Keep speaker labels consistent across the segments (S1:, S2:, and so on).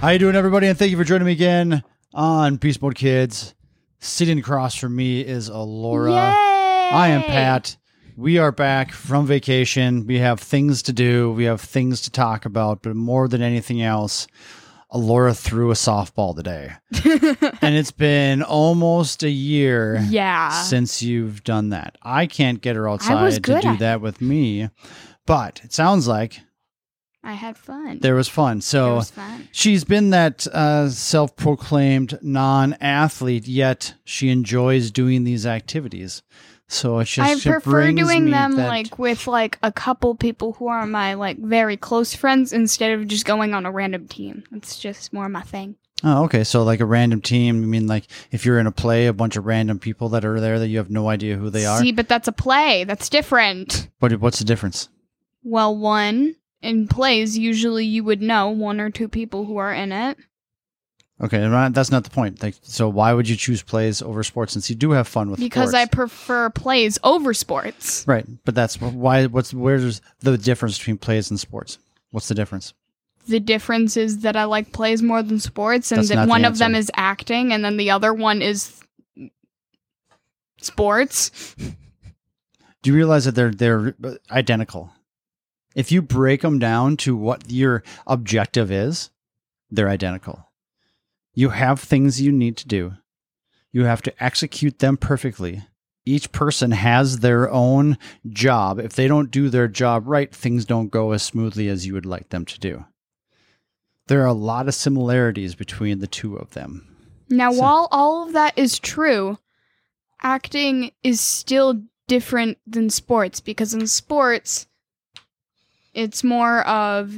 S1: How you doing, everybody? And thank you for joining me again on Beast Mode Kids. Sitting across from me is Alora. I am Pat. We are back from vacation. We have things to do. We have things to talk about. But more than anything else, Alora threw a softball today, and it's been almost a year
S2: Yeah.
S1: since you've done that. I can't get her
S2: was
S1: outside to
S2: good
S1: do
S2: at
S1: that with me, but it sounds like
S2: I had fun.
S1: there was fun. So
S2: It was fun.
S1: She's been that uh, self proclaimed non athlete, yet she enjoys doing these activities. So it's just
S2: I
S1: it
S2: prefer
S1: brings
S2: doing
S1: me
S2: them
S1: that-
S2: like with like a couple people who are my like very close friends instead of just going on a random team. It's just more my thing.
S1: Oh, okay. So like a random team. I mean, like if you're in a play, a bunch of random people that are there that you have no idea who they are.
S2: See, but that's a play. That's different.
S1: But what's the difference?
S2: Well, one in plays usually you would know one or two people who are in it.
S1: Okay, I'm not- that's not the point. Like, so why would you choose plays over sports since you do have fun with
S2: Because I
S1: sports?
S2: prefer plays over sports.
S1: right, but that's why. What's where's the difference between plays and sports? What's the difference?
S2: The difference is that I like plays more than sports, and
S1: That's not
S2: that
S1: the
S2: one of them
S1: answer.
S2: is acting, and then the other one is sports.
S1: Do you realize that they're they're uh, identical? If you break them down to what your objective is, they're identical. You have things you need to do. You have to execute them perfectly. Each person has their own job. If they don't do their job right, things don't go as smoothly as you would like them to do. There are a lot of similarities between the two of them.
S2: Now,
S1: So-
S2: while all of that is true, acting is still different than sports because in sports, it's more of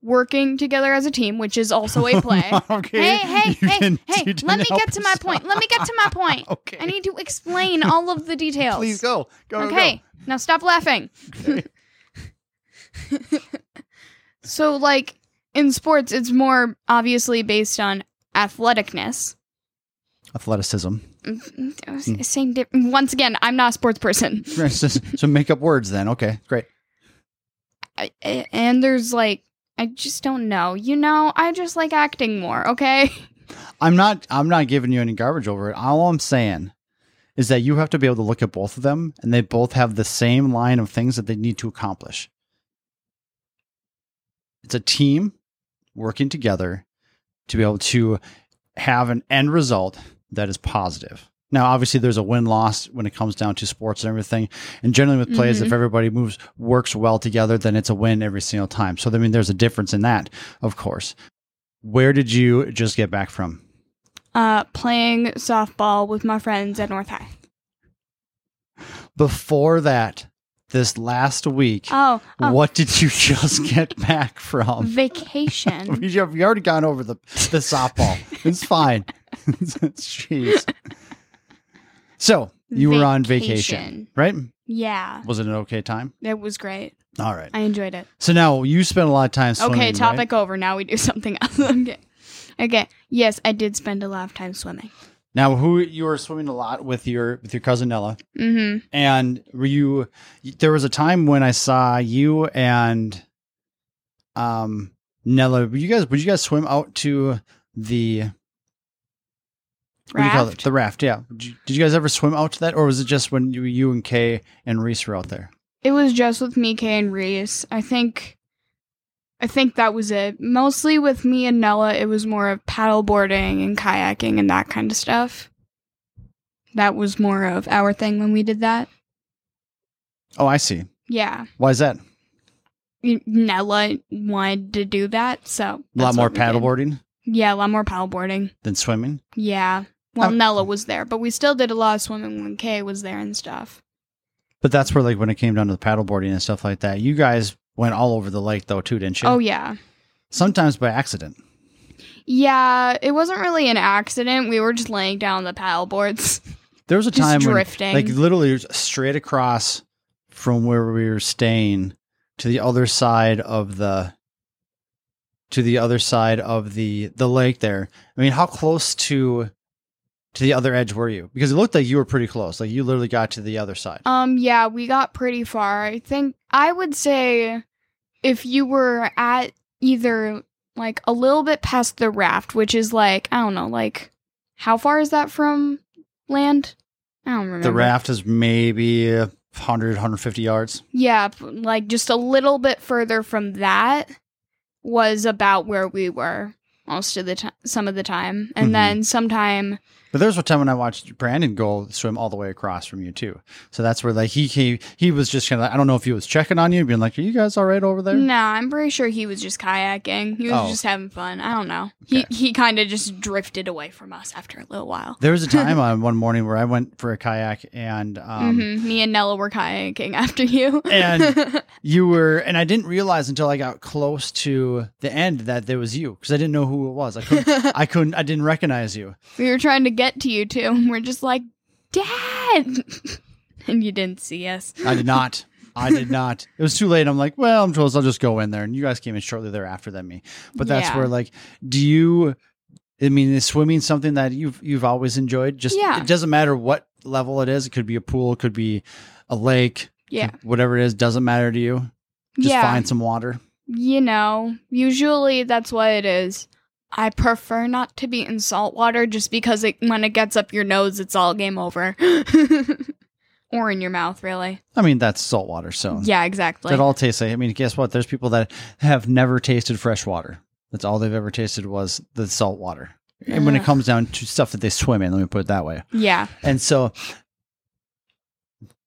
S2: working together as a team, which is also a play.
S1: okay.
S2: hey, hey,
S1: you
S2: hey,
S1: can-
S2: hey,
S1: you didn't
S2: let me
S1: help
S2: get to my
S1: us.
S2: point. Let me get to my point.
S1: Okay.
S2: I need to explain all of the details.
S1: Please go. Go, go, go.
S2: okay, now stop laughing.
S1: Okay.
S2: So, like in sports, it's more obviously based on athleticness.
S1: Athleticism. Hmm.
S2: Mm, Saying di- once again, I'm not a sports person.
S1: Right, so, so make up words then. Okay, great.
S2: I, I- and there's like, I just don't know. You know, I just like acting more. Okay,
S1: I'm not I'm not giving you any garbage over it. All I'm saying is that you have to be able to look at both of them and they both have the same line of things that they need to accomplish. It's a team working together to be able to have an end result that is positive. Now, obviously, there's a win loss when it comes down to sports and everything. And generally, with plays, if everybody moves, works well together, then it's a win every single time. So, I mean, there's a difference in that, of course. Where did you just get back from?
S2: uh, playing softball with my friends at North High.
S1: Before that, this last week,
S2: Oh, oh
S1: what did you just get back from?
S2: vacation.
S1: We have- we already gone over the, the softball. It's fine. Jeez. So you were on vacation,
S2: Vacation.
S1: right?
S2: yeah,
S1: Was it an okay time?
S2: it was great.
S1: All right.
S2: I enjoyed it.
S1: So now you spent a lot of time swimming.
S2: okay,
S1: right?
S2: topic over. Now we do something else. okay. Okay. Yes, I did spend a lot of time swimming.
S1: Now, who you were swimming a lot with your with your cousin Ella,
S2: hmm
S1: and were you? There was a time when I saw you and um Nella. Were you guys? Would you guys swim out to the what do you call it?
S2: Raft.
S1: The raft, yeah. Did you, did you guys ever swim out to that, or was it just when you, you and Kay and Reese were out there?
S2: It was just with me, Kay, and Reese. I think I think that was it. Mostly with me and Nella, it was more of paddleboarding and kayaking and that kind of stuff. That was more of our thing when we did that.
S1: Oh, I see.
S2: Yeah.
S1: Why is that?
S2: Y- Nella wanted to do that, so
S1: A lot
S2: that's
S1: more
S2: what we did.
S1: paddleboarding
S2: Yeah, a lot more paddleboarding.
S1: than swimming.
S2: Yeah. Well,
S1: Um,
S2: Nella was there, but we still did a lot of swimming when Kay was there and stuff.
S1: But that's where, like, when it came down to the paddleboarding and stuff like that, you guys went all over the lake though too, didn't you?
S2: Oh, yeah.
S1: sometimes by accident.
S2: Yeah, it wasn't really an accident. We were just laying down the paddle boards.
S1: There was a
S2: Just
S1: time when,
S2: drifting.
S1: like, literally it was straight across from where we were staying to the other side of the to the other side of the the lake there. I mean, how close to to the other edge were you? Because it looked like you were pretty close. Like you literally got to the other side.
S2: Um, yeah, we got pretty far. I think I would say if you were at either like a little bit past the raft, which is like, I don't know, like how far is that from land? I don't remember.
S1: The raft is maybe uh, 100, 150 yards.
S2: Yeah, p- like just a little bit further from that was about where we were most of the time, some of the time. And
S1: Mhm.
S2: then sometime,
S1: But there's was time when I watched Brandon go swim all the way across from you too. So that's where like he he, he was just kind of I don't know if he was checking on you, being like, "Are you guys all right over there?"
S2: nah, I'm pretty sure he was just kayaking. He was
S1: Oh.
S2: just having fun. I don't know.
S1: Okay.
S2: He he kind of just drifted away from us after a little while.
S1: There was a time on one morning where I went for a kayak and um,
S2: hmm Me and Nella were kayaking after you.
S1: And- you were, and I didn't realize until I got close to the end that there was you because I didn't know who it was. I couldn't, I couldn't, I didn't recognize you.
S2: we were trying to get to you too, and we're just like, Dad, and you didn't see us.
S1: I did not. I did not. It was too late. I'm like, well, I'm told I'll just go in there, and you guys came in shortly thereafter than me. But that's
S2: Yeah.
S1: where, like, do you? I mean, is swimming something that you've you've always enjoyed? Just
S2: Yeah.
S1: it doesn't matter what level it is. It could be a pool, it could be a lake,
S2: Yeah,
S1: whatever it is. Doesn't matter to you. Just
S2: yeah.
S1: find some water.
S2: You know, usually that's what it is. I prefer not to be in salt water just because it, when it gets up your nose, it's all game over. or in your mouth, really.
S1: I mean, that's salt water, so
S2: yeah, exactly.
S1: That all tastes like. I mean, guess what? There's people that have never tasted fresh water. That's all they've ever tasted was the salt water. And when it
S2: Ugh.
S1: comes down to stuff that they swim in, let me put it that way.
S2: yeah,
S1: And so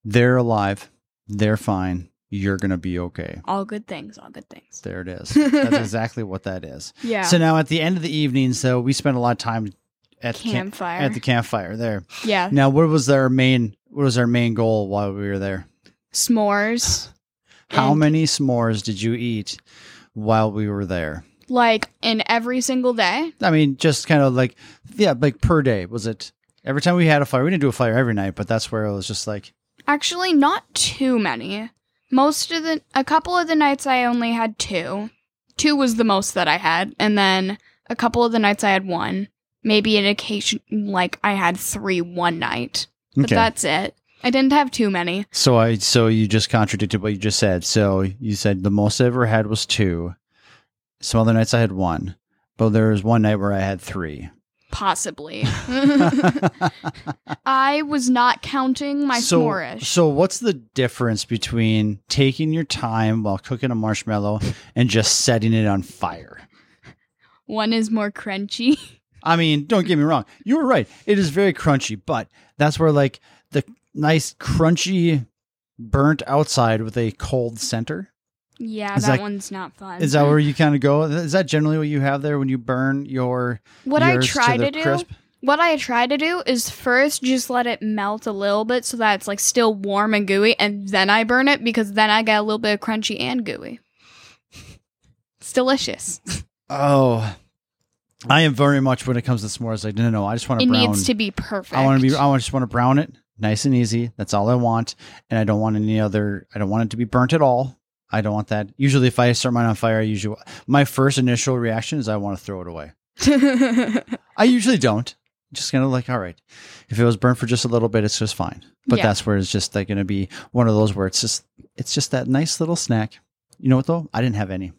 S1: they're alive, they're fine, you're going to be okay.
S2: all good things, all good things.
S1: There it is. That's exactly what that is.
S2: Yeah.
S1: So now at the end of the evening, so we spent a lot of time at the camp,
S2: Campfire.
S1: at the campfire there.
S2: yeah.
S1: Now, what was our main what was our main goal while we were there?
S2: S'mores.
S1: How
S2: And-
S1: many s'mores did you eat while we were there?
S2: Like in every single day.
S1: I mean, just kind of like, yeah, like per day. Was it every time we had a fire? We didn't do a fire every night, but that's where it was just like,
S2: Actually, not too many. Most of the, a couple of the nights I only had two. Two was the most that I had. And then a couple of the nights I had one. Maybe an occasion, like I had three one night. But
S1: okay.
S2: that's it. I didn't have too many.
S1: so I, so you just contradicted what you just said. So you said the most I ever had was two. Some other nights I had one, but there was one night where I had three.
S2: Possibly.
S1: my
S2: I was not counting my
S1: so,
S2: s'morish.
S1: So what's the difference between taking your time while cooking a marshmallow and just setting it on fire?
S2: One is more crunchy.
S1: I mean, don't get me wrong. You were right. It is very crunchy, but that's where like the nice crunchy burnt outside with a cold center.
S2: Yeah,
S1: Is
S2: that
S1: that-
S2: one's not fun.
S1: Is that where you kind of go? Is that generally what you have there when you burn your
S2: what I
S1: yours to,
S2: try to,
S1: the
S2: do?
S1: crisp?
S2: What I try to do is first just let it melt a little bit so that it's like still warm and gooey, and then I burn it because then I get a little bit of crunchy and gooey. It's delicious.
S1: Oh, I am very much when it comes to s'mores. Like no, no, no. I just want
S2: It
S1: to brown.
S2: needs to be perfect.
S1: I want to be. I just want to brown it nice and easy. That's all I want, and I don't want any other. I don't want it to be burnt at all. I don't want that. Usually, if I start mine on fire, I usually my first initial reaction is I want to throw it away. I usually don't. Just kind of like, all right, if it was burnt for just a little bit, it's just fine. But
S2: Yeah.
S1: that's where it's just like going to be one of those where it's just it's just that nice little snack. You know what though? I didn't have any.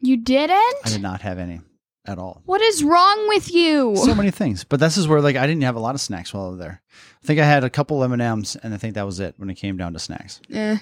S2: you didn't?
S1: I did not have any at all.
S2: What is wrong with you?
S1: So many things. But this is where like I didn't have a lot of snacks while I was there. I think I had a couple M and M's, and I think that was it when it came down to snacks.
S2: Eh.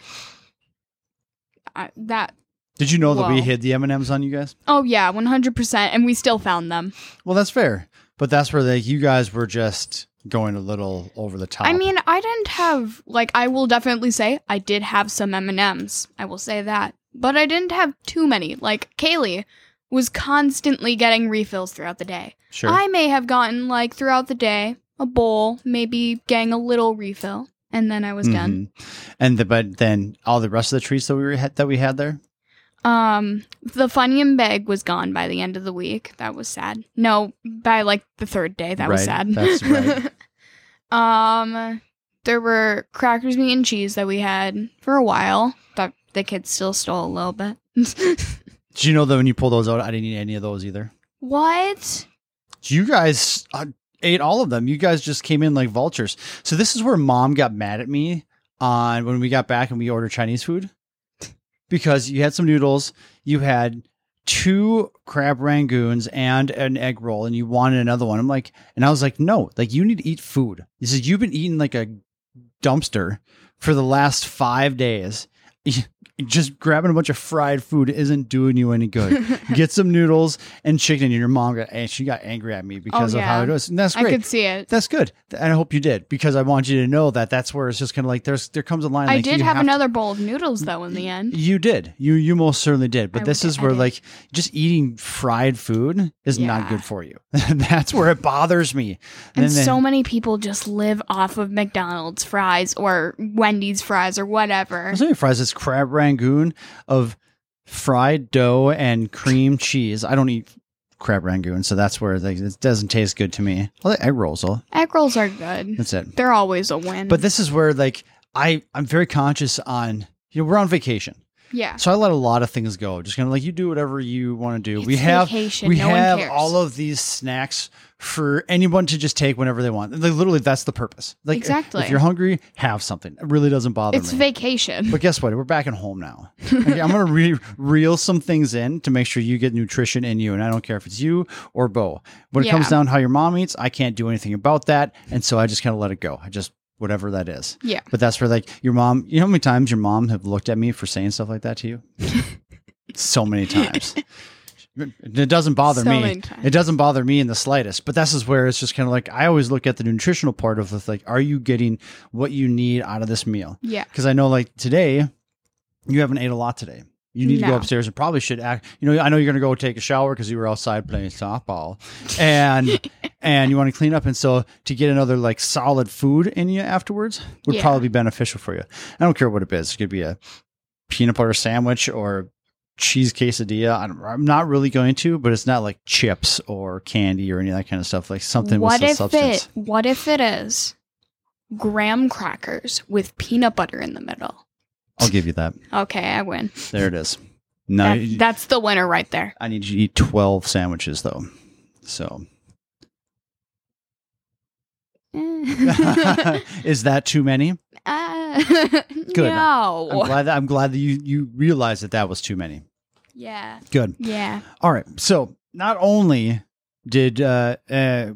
S2: I, that.
S1: Did you know that we
S2: Wow.
S1: hid the M and M's on you guys?
S2: Oh yeah, one hundred percent, and we still found them.
S1: Well, that's fair. But that's where like you guys were just going a little over the top.
S2: I mean, I didn't have like I will definitely say I did have some M&Ms. I will say that. But I didn't have too many. Like Kaylee was constantly getting refills throughout the day.
S1: sure.
S2: I may have gotten like throughout the day a bowl, maybe getting a little refill, and then I was done.
S1: Mhm. And the, but then all the rest of the treats that we were, that we had there.
S2: Um the Funyun bag was gone by the end of the week. That was sad. No, by like the third day, that
S1: Right,
S2: was sad.
S1: that's right.
S2: um there were crackers, meat, and cheese that we had for a while. That the kids still stole a little bit.
S1: Did you know that when you pull those out, I didn't eat any of those either.
S2: what?
S1: You guys uh, ate all of them. You guys just came in like vultures. So this is where mom got mad at me on when we got back and we ordered Chinese food because you had some noodles, you had two crab rangoons and an egg roll and you wanted another one. I'm like, and I was like, no, like you need to eat food. He says, you've been eating like a dumpster for the last five days. Just grabbing a bunch of fried food isn't doing you any good. Get some noodles and chicken. And your mom got, and she got angry at me because of
S2: Oh, yeah.
S1: how it was. And that's
S2: I
S1: great.
S2: could see it.
S1: that's good. And I hope you did because I want you to know that that's where it's just kind of like there's there comes a line.
S2: I
S1: like,
S2: did
S1: you
S2: have
S1: to-
S2: another bowl of noodles though in the end.
S1: you did. You you most certainly did. But
S2: I
S1: this
S2: would-
S1: is
S2: I
S1: where
S2: did.
S1: like just eating fried food is not
S2: Yeah.
S1: good for you. That's where it bothers me.
S2: And
S1: then-
S2: so many people just live off of McDonald's fries or Wendy's fries or whatever.
S1: There's only fries. It's crab rangoon of fried dough and cream cheese. I don't eat crab rangoon, so that's where like, it doesn't taste good to me. I like egg rolls though.
S2: Egg rolls are good.
S1: That's it.
S2: They're always a win.
S1: But this is where like I I'm very conscious on you know we're on vacation,
S2: yeah.
S1: so I let a lot of things go. Just kind of like you do whatever you want to do. we
S2: It's
S1: have
S2: vacation.
S1: we
S2: no
S1: have
S2: one cares.
S1: all of these snacks for anyone to just take whenever they want. Like, literally, that's the purpose. Like
S2: Exactly.
S1: If you're hungry, have something. It really doesn't bother
S2: It's
S1: me.
S2: vacation.
S1: But guess what? We're back at home now. Okay, I'm going to re- reel some things in to make sure you get nutrition in you. And I don't care if it's you or Bo. When it
S2: Yeah.
S1: comes down to how your mom eats, I can't do anything about that. And so I just kind of let it go. I just, whatever that is.
S2: Yeah.
S1: But that's where, like, your mom, you know how many times your mom have looked at me for saying stuff like that to you? so many times. It doesn't bother
S2: So
S1: me.
S2: many times.
S1: It doesn't bother me in the slightest. But this is where it's just kind of like I always look at the nutritional part of this, like, are you getting what you need out of this meal?
S2: Yeah.
S1: because I know like today you haven't ate a lot today. You need to go
S2: No.
S1: upstairs and probably should act. You know, I know you're going to go take a shower because you were outside playing softball, and and you want to clean up. And so to get another like solid food in you afterwards would
S2: Yeah.
S1: probably be beneficial for you. I don't care what it is. It could be a peanut butter sandwich or cheese quesadilla. I don't, I'm not really going to, but it's not like chips or candy or any of that kind of stuff. Like something
S2: What
S1: with
S2: if
S1: a substance.
S2: it? What if it is graham crackers with peanut butter in the middle?
S1: I'll give you that.
S2: Okay, I win.
S1: There it is. No,
S2: That-
S1: you-
S2: that's the winner right there.
S1: I need you to eat 12 sandwiches though. So,
S2: Ah.
S1: is that too many? I'm
S2: No.
S1: glad that I'm glad that you you realized that that was too many.
S2: yeah.
S1: Good.
S2: Yeah.
S1: All right. So, not only did uh, uh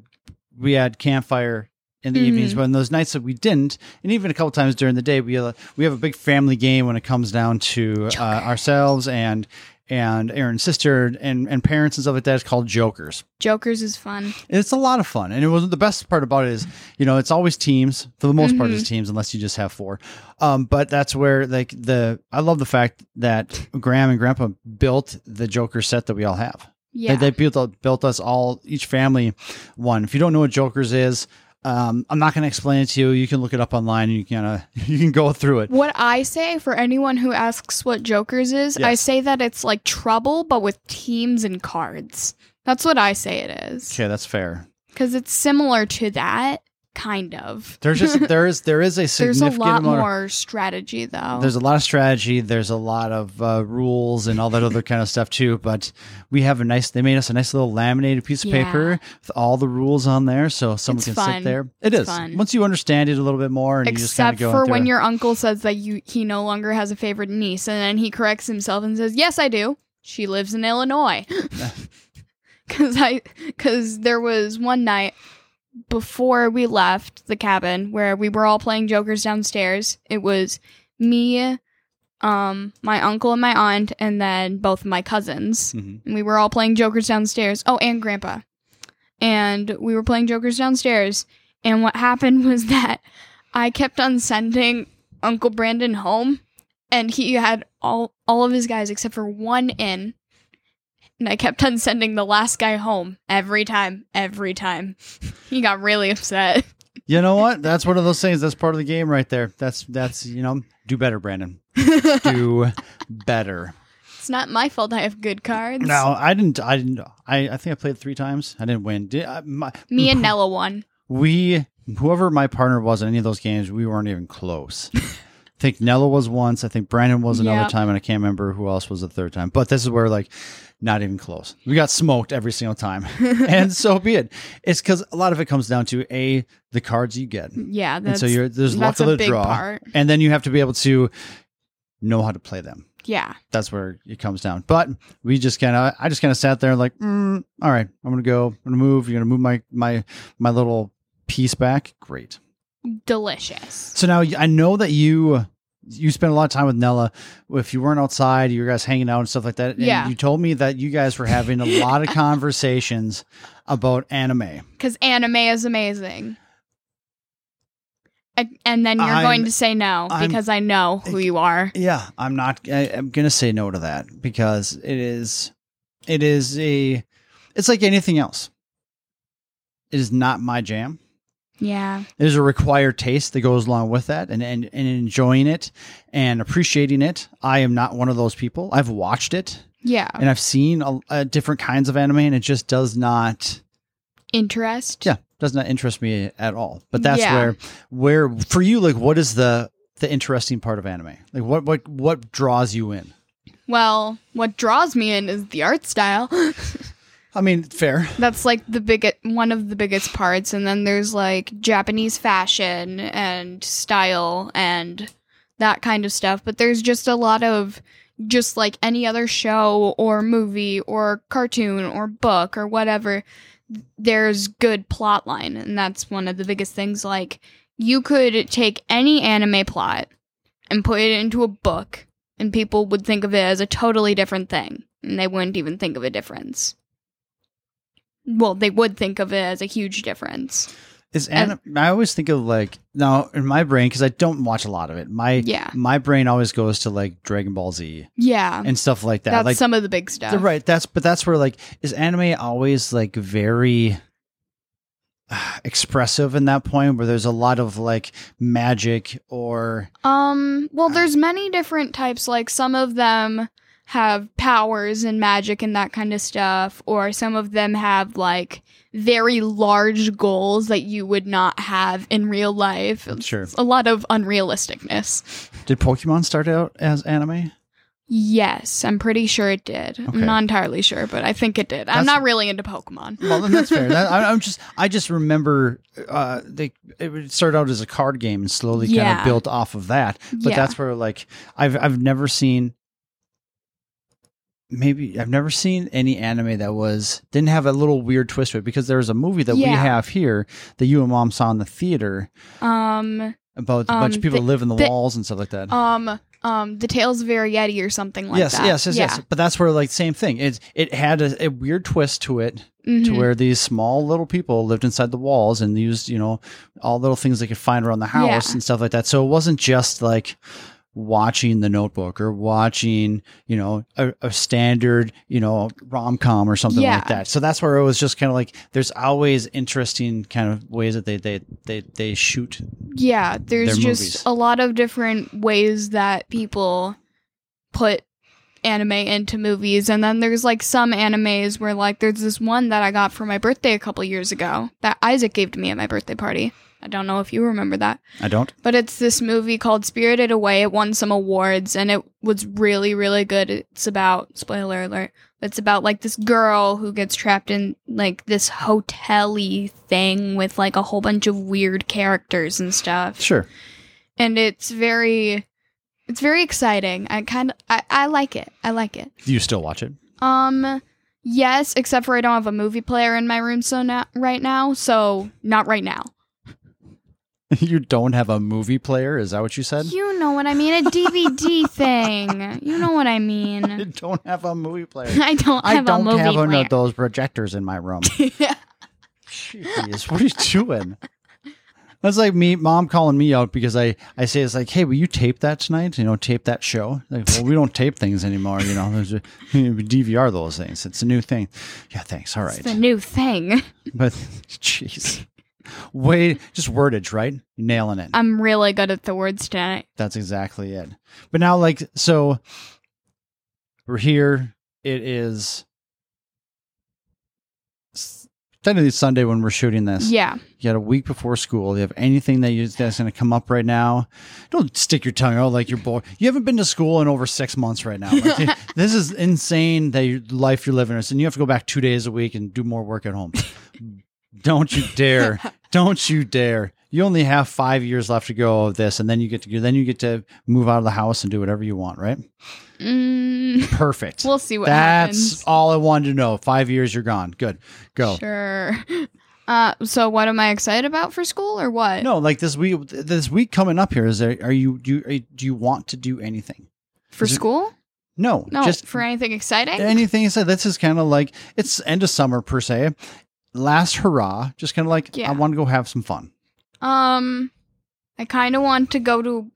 S1: we had campfire in the
S2: Mhm.
S1: evenings, but on those nights that we didn't, and even a couple times during the day, we had a- we have a big family game when it comes down to uh,
S2: Joker.
S1: ourselves and and Aaron's sister and and parents and stuff like that. It's called Jokers.
S2: Jokers is fun.
S1: It's a lot of fun, and it wasn't the best part about it is you know it's always teams for the most part.
S2: Mm-hmm.
S1: It's teams unless you just have four. Um, but that's where like the I love the fact that Graham and Grandpa built the Joker set that we all have.
S2: Yeah.
S1: They, they built built us all each family one. If you don't know what Joker's is, um, I'm not going to explain it to you. You can look it up online and you can uh, you can go through it.
S2: what I say for anyone who asks what Jokers is, I
S1: Yes.
S2: say that it's like trouble, but with teams and cards. That's what I say it is.
S1: Okay, that's fair.
S2: Because it's similar to that, kind of.
S1: There's just there is there is a
S2: There's a
S1: significant
S2: lot
S1: amount of-
S2: more strategy, though.
S1: There's a lot of strategy. There's a lot of uh, rules and all that other kind of stuff too. But we have a nice. They made us a nice little laminated piece of
S2: Yeah.
S1: paper with all the rules on there, so someone
S2: It's
S1: can sit
S2: fun.
S1: there. It
S2: It's
S1: is.
S2: fun.
S1: once you understand it a little bit more, and you just kind
S2: Except
S1: of go
S2: for
S1: through
S2: when
S1: it.
S2: your uncle says that you he no longer has a favorite niece, and then he corrects himself and says, "Yes, I do. She lives in Illinois." Because I because there was one night before we left the cabin where we were all playing jokers downstairs. It was me, um, my uncle and my aunt, and then both of my cousins
S1: Mhm.
S2: and we were all playing jokers downstairs. Oh, and grandpa. And we were playing jokers downstairs. And what happened was that I kept on sending Uncle Brandon home, and he had all all of his guys except for one in. And I kept on sending the last guy home every time, every time. He got really upset.
S1: You know what? That's one of those things. That's part of the game, right there. That's that's you know, do better, Brandon.
S2: it's
S1: Do better.
S2: not my fault. I have good cards.
S1: No, I didn't. I didn't. I, I think I played three times. I didn't win. Did I, my,
S2: Me and Nella won.
S1: we whoever my partner was in any of those games, we weren't even close. I think Nella was once, I think Brandon was another
S2: Yep.
S1: time, and I can't remember who else was the third time. But this is where like not even close. We got smoked every single time. and so be it. It's cause a lot of it comes down to A, the cards you get.
S2: Yeah,
S1: and
S2: that's
S1: so you're there's luck
S2: that's
S1: of
S2: a
S1: the
S2: big
S1: draw.
S2: part.
S1: And then you have to be able to know how to play them.
S2: Yeah.
S1: that's where it comes down. But we just kind of, I just kind of sat there like, mm, all right, I'm gonna go, I'm gonna move. You're gonna move my my my little piece back. Great.
S2: Delicious.
S1: So now I know that you you spent a lot of time with Nella. If you weren't outside, you guys hanging out and stuff like that. And
S2: Yeah.
S1: You told me that you guys were having a lot of conversations about anime.
S2: Because anime is amazing. I, and then you're
S1: I'm-
S2: going to say no
S1: I'm-
S2: because I know who you are.
S1: Yeah, I'm not. I, I'm gonna say no to that because it is, it is a, it's like anything else. It is not my jam.
S2: Yeah.
S1: there's a required taste that goes along with that and, and, and enjoying it and appreciating it. I am not one of those people. I've watched it
S2: Yeah.
S1: and I've seen a, uh different kinds of anime and it just does not,
S2: Interest.
S1: yeah, does not interest me at all. But that's
S2: Yeah.
S1: where, where for you, like what is the, the interesting part of anime? Like what, what, what draws you in?
S2: Well, what draws me in is the art style.
S1: I mean, fair.
S2: That's like the big one of the biggest parts and then there's like Japanese fashion and style and that kind of stuff, but there's just a lot of just like any other show or movie or cartoon or book or whatever there's good plot line and that's one of the biggest things like you could take any anime plot and put it into a book and people would think of it as a totally different thing and they wouldn't even think of a difference well, they would think of it as a huge difference.
S1: Is anime, I always think of like, now in my brain, cause I don't watch a lot of it. My,
S2: Yeah.
S1: my brain always goes to like Dragon Ball Z
S2: Yeah.
S1: and stuff like that.
S2: that's
S1: like
S2: some of the big stuff.
S1: Th- Right. That's but that's where like is anime always like very expressive in that point where there's a lot of like magic or
S2: Um, well, there's many different types. Like some of them have powers and magic and that kind of stuff, or some of them have like very large goals that you would not have in real life.
S1: sure.
S2: A lot of unrealisticness.
S1: Did Pokemon start out as anime?
S2: Yes, I'm pretty sure it did.
S1: Okay.
S2: I'm not entirely sure, but I think it did.
S1: That's-
S2: I'm not really into Pokemon.
S1: Well, then that's fair. That, I, I'm just I just remember uh they it would start out as a card game and slowly kind
S2: Yeah.
S1: of built off of that. But
S2: Yeah.
S1: that's where like I've I've never seen maybe I've never seen any anime that was didn't have a little weird twist to it because there was a movie that we
S2: Yeah.
S1: have here that you and mom saw in the theater
S2: Um,
S1: about a bunch
S2: Um,
S1: of people
S2: the-
S1: live in the
S2: the-
S1: walls and stuff like that.
S2: um, um, the Tales of Arietti or something like
S1: yes,
S2: that.
S1: yes, yes,
S2: Yeah.
S1: yes. But that's where like same thing. It it had a, a weird twist to it to
S2: Mhm.
S1: where these small little people lived inside the walls and used, you know, all little things they could find around the house
S2: Yeah.
S1: and stuff like that. So it wasn't just like watching the notebook or watching, you know, a, a standard, you know, rom com or something
S2: Yeah.
S1: like that. So that's where it was just kind of like there's always interesting kind of ways that they they they, they shoot.
S2: yeah,
S1: their
S2: there's just
S1: movies.
S2: a lot of different ways that people put anime into movies and then there's like some animes where like there's this one that I got for my birthday a couple years ago that Isaac gave to me at my birthday party. I don't know if you remember that.
S1: I don't.
S2: But it's this movie called Spirited Away. It won some awards and it was really, really good. It's about, spoiler alert, it's about like this girl who gets trapped in like this hotel y thing with like a whole bunch of weird characters and stuff.
S1: Sure.
S2: And it's very. It's very exciting. I kind of I, I like it. I like it.
S1: Do you still watch it?
S2: Um yes, except for I don't have a movie player in my room so now right now, so not right now.
S1: you don't have a movie player? Is that what you said?
S2: You know what I mean? A DVD thing. You know what I
S1: You
S2: mean?
S1: don't have a movie player.
S2: I don't
S1: I
S2: have
S1: don't
S2: a movie
S1: have one
S2: player.
S1: of those projectors in my room. Jeez, what are you doing? That's like me, mom calling me out because I, I say it's like, hey, will you tape that tonight? You know, tape that show. Like, well, we don't tape things anymore. You know, there's a, we DVR those things. It's a new thing. Yeah, thanks. All
S2: It's the
S1: right,
S2: new thing.
S1: but jeez, wait, just wordage, right? Nailing it.
S2: I'm really good at the words tonight.
S1: That's exactly it. But now, like, so we're here. It is s- technically Sunday when we're shooting this.
S2: Yeah.
S1: You got a week before school. You have anything that you that's going to come up right now? Don't stick your tongue out like you're bored. You haven't been to school in over six months right now. Like, this is insane. That your life you're living is, and you have to go back two days a week and do more work at home. Don't you dare! Don't you dare! you only have five years left to go of this, and then you get to then you get to move out of the house and do whatever you want, right?
S2: Mm,
S1: Perfect.
S2: we'll see what
S1: That's
S2: happens.
S1: all I wanted to know. Five years, you're gone. Good, go.
S2: Sure. Uh, so what am I excited about for school or what?
S1: No, like this week, this week coming up here is there. Are you do you, do you want to do anything?
S2: for
S1: is it-
S2: school?
S1: No,
S2: No,
S1: just
S2: for anything exciting?
S1: anything you said. This is kind of like it's end of summer per se. Last hurrah, just kind of like
S2: Yeah.
S1: I want to go have some fun.
S2: Um, I kind of want to go to.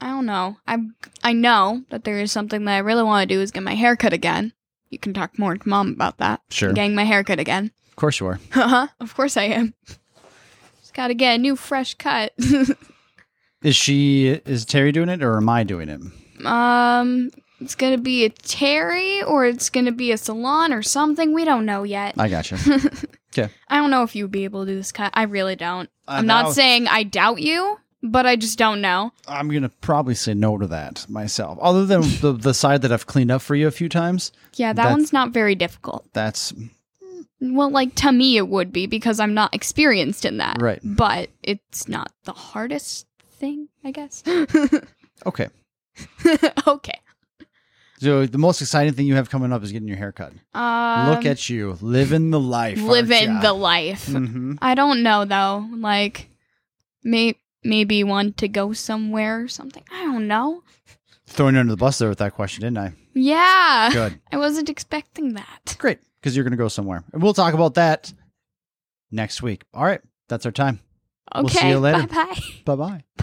S2: I don't know. I I know that there is something that I really want to do is get my hair cut again. You can talk more to mom about that.
S1: Sure,
S2: Getting my hair cut again.
S1: of course you are.
S2: Uh-huh. Of course I am. Just gotta get a new fresh cut.
S1: Is she? Is Terry doing it, or am I doing it?
S2: um, it's gonna be a Terry or it's gonna be a salon or something. We don't know yet.
S1: I got you.
S2: I don't know if you'd be able to do this cut. I really don't. I'm
S1: now-
S2: not saying I doubt you, but I just don't know.
S1: I'm gonna probably say no to that myself. Other than the the side that I've cleaned up for you a few times,
S2: Yeah, that
S1: That's-
S2: one's not very difficult.
S1: that's
S2: Well, like to me, it would be because I'm not experienced in that.
S1: right.
S2: But it's not the hardest thing, I guess.
S1: Okay.
S2: okay.
S1: So the most exciting thing you have coming up is getting your hair cut.
S2: Um,
S1: Look at you living the life.
S2: living the life.
S1: hmm
S2: I don't know though. Like, may maybe want to go somewhere or something. I don't know.
S1: Throwing you under the bus there with that question, didn't I?
S2: Yeah,
S1: Good,
S2: I wasn't expecting that.
S1: great, because you're gonna go somewhere, and we'll talk about that next week. All right, that's our time.
S2: Okay,
S1: We'll see you later.
S2: bye bye.
S1: Bye bye.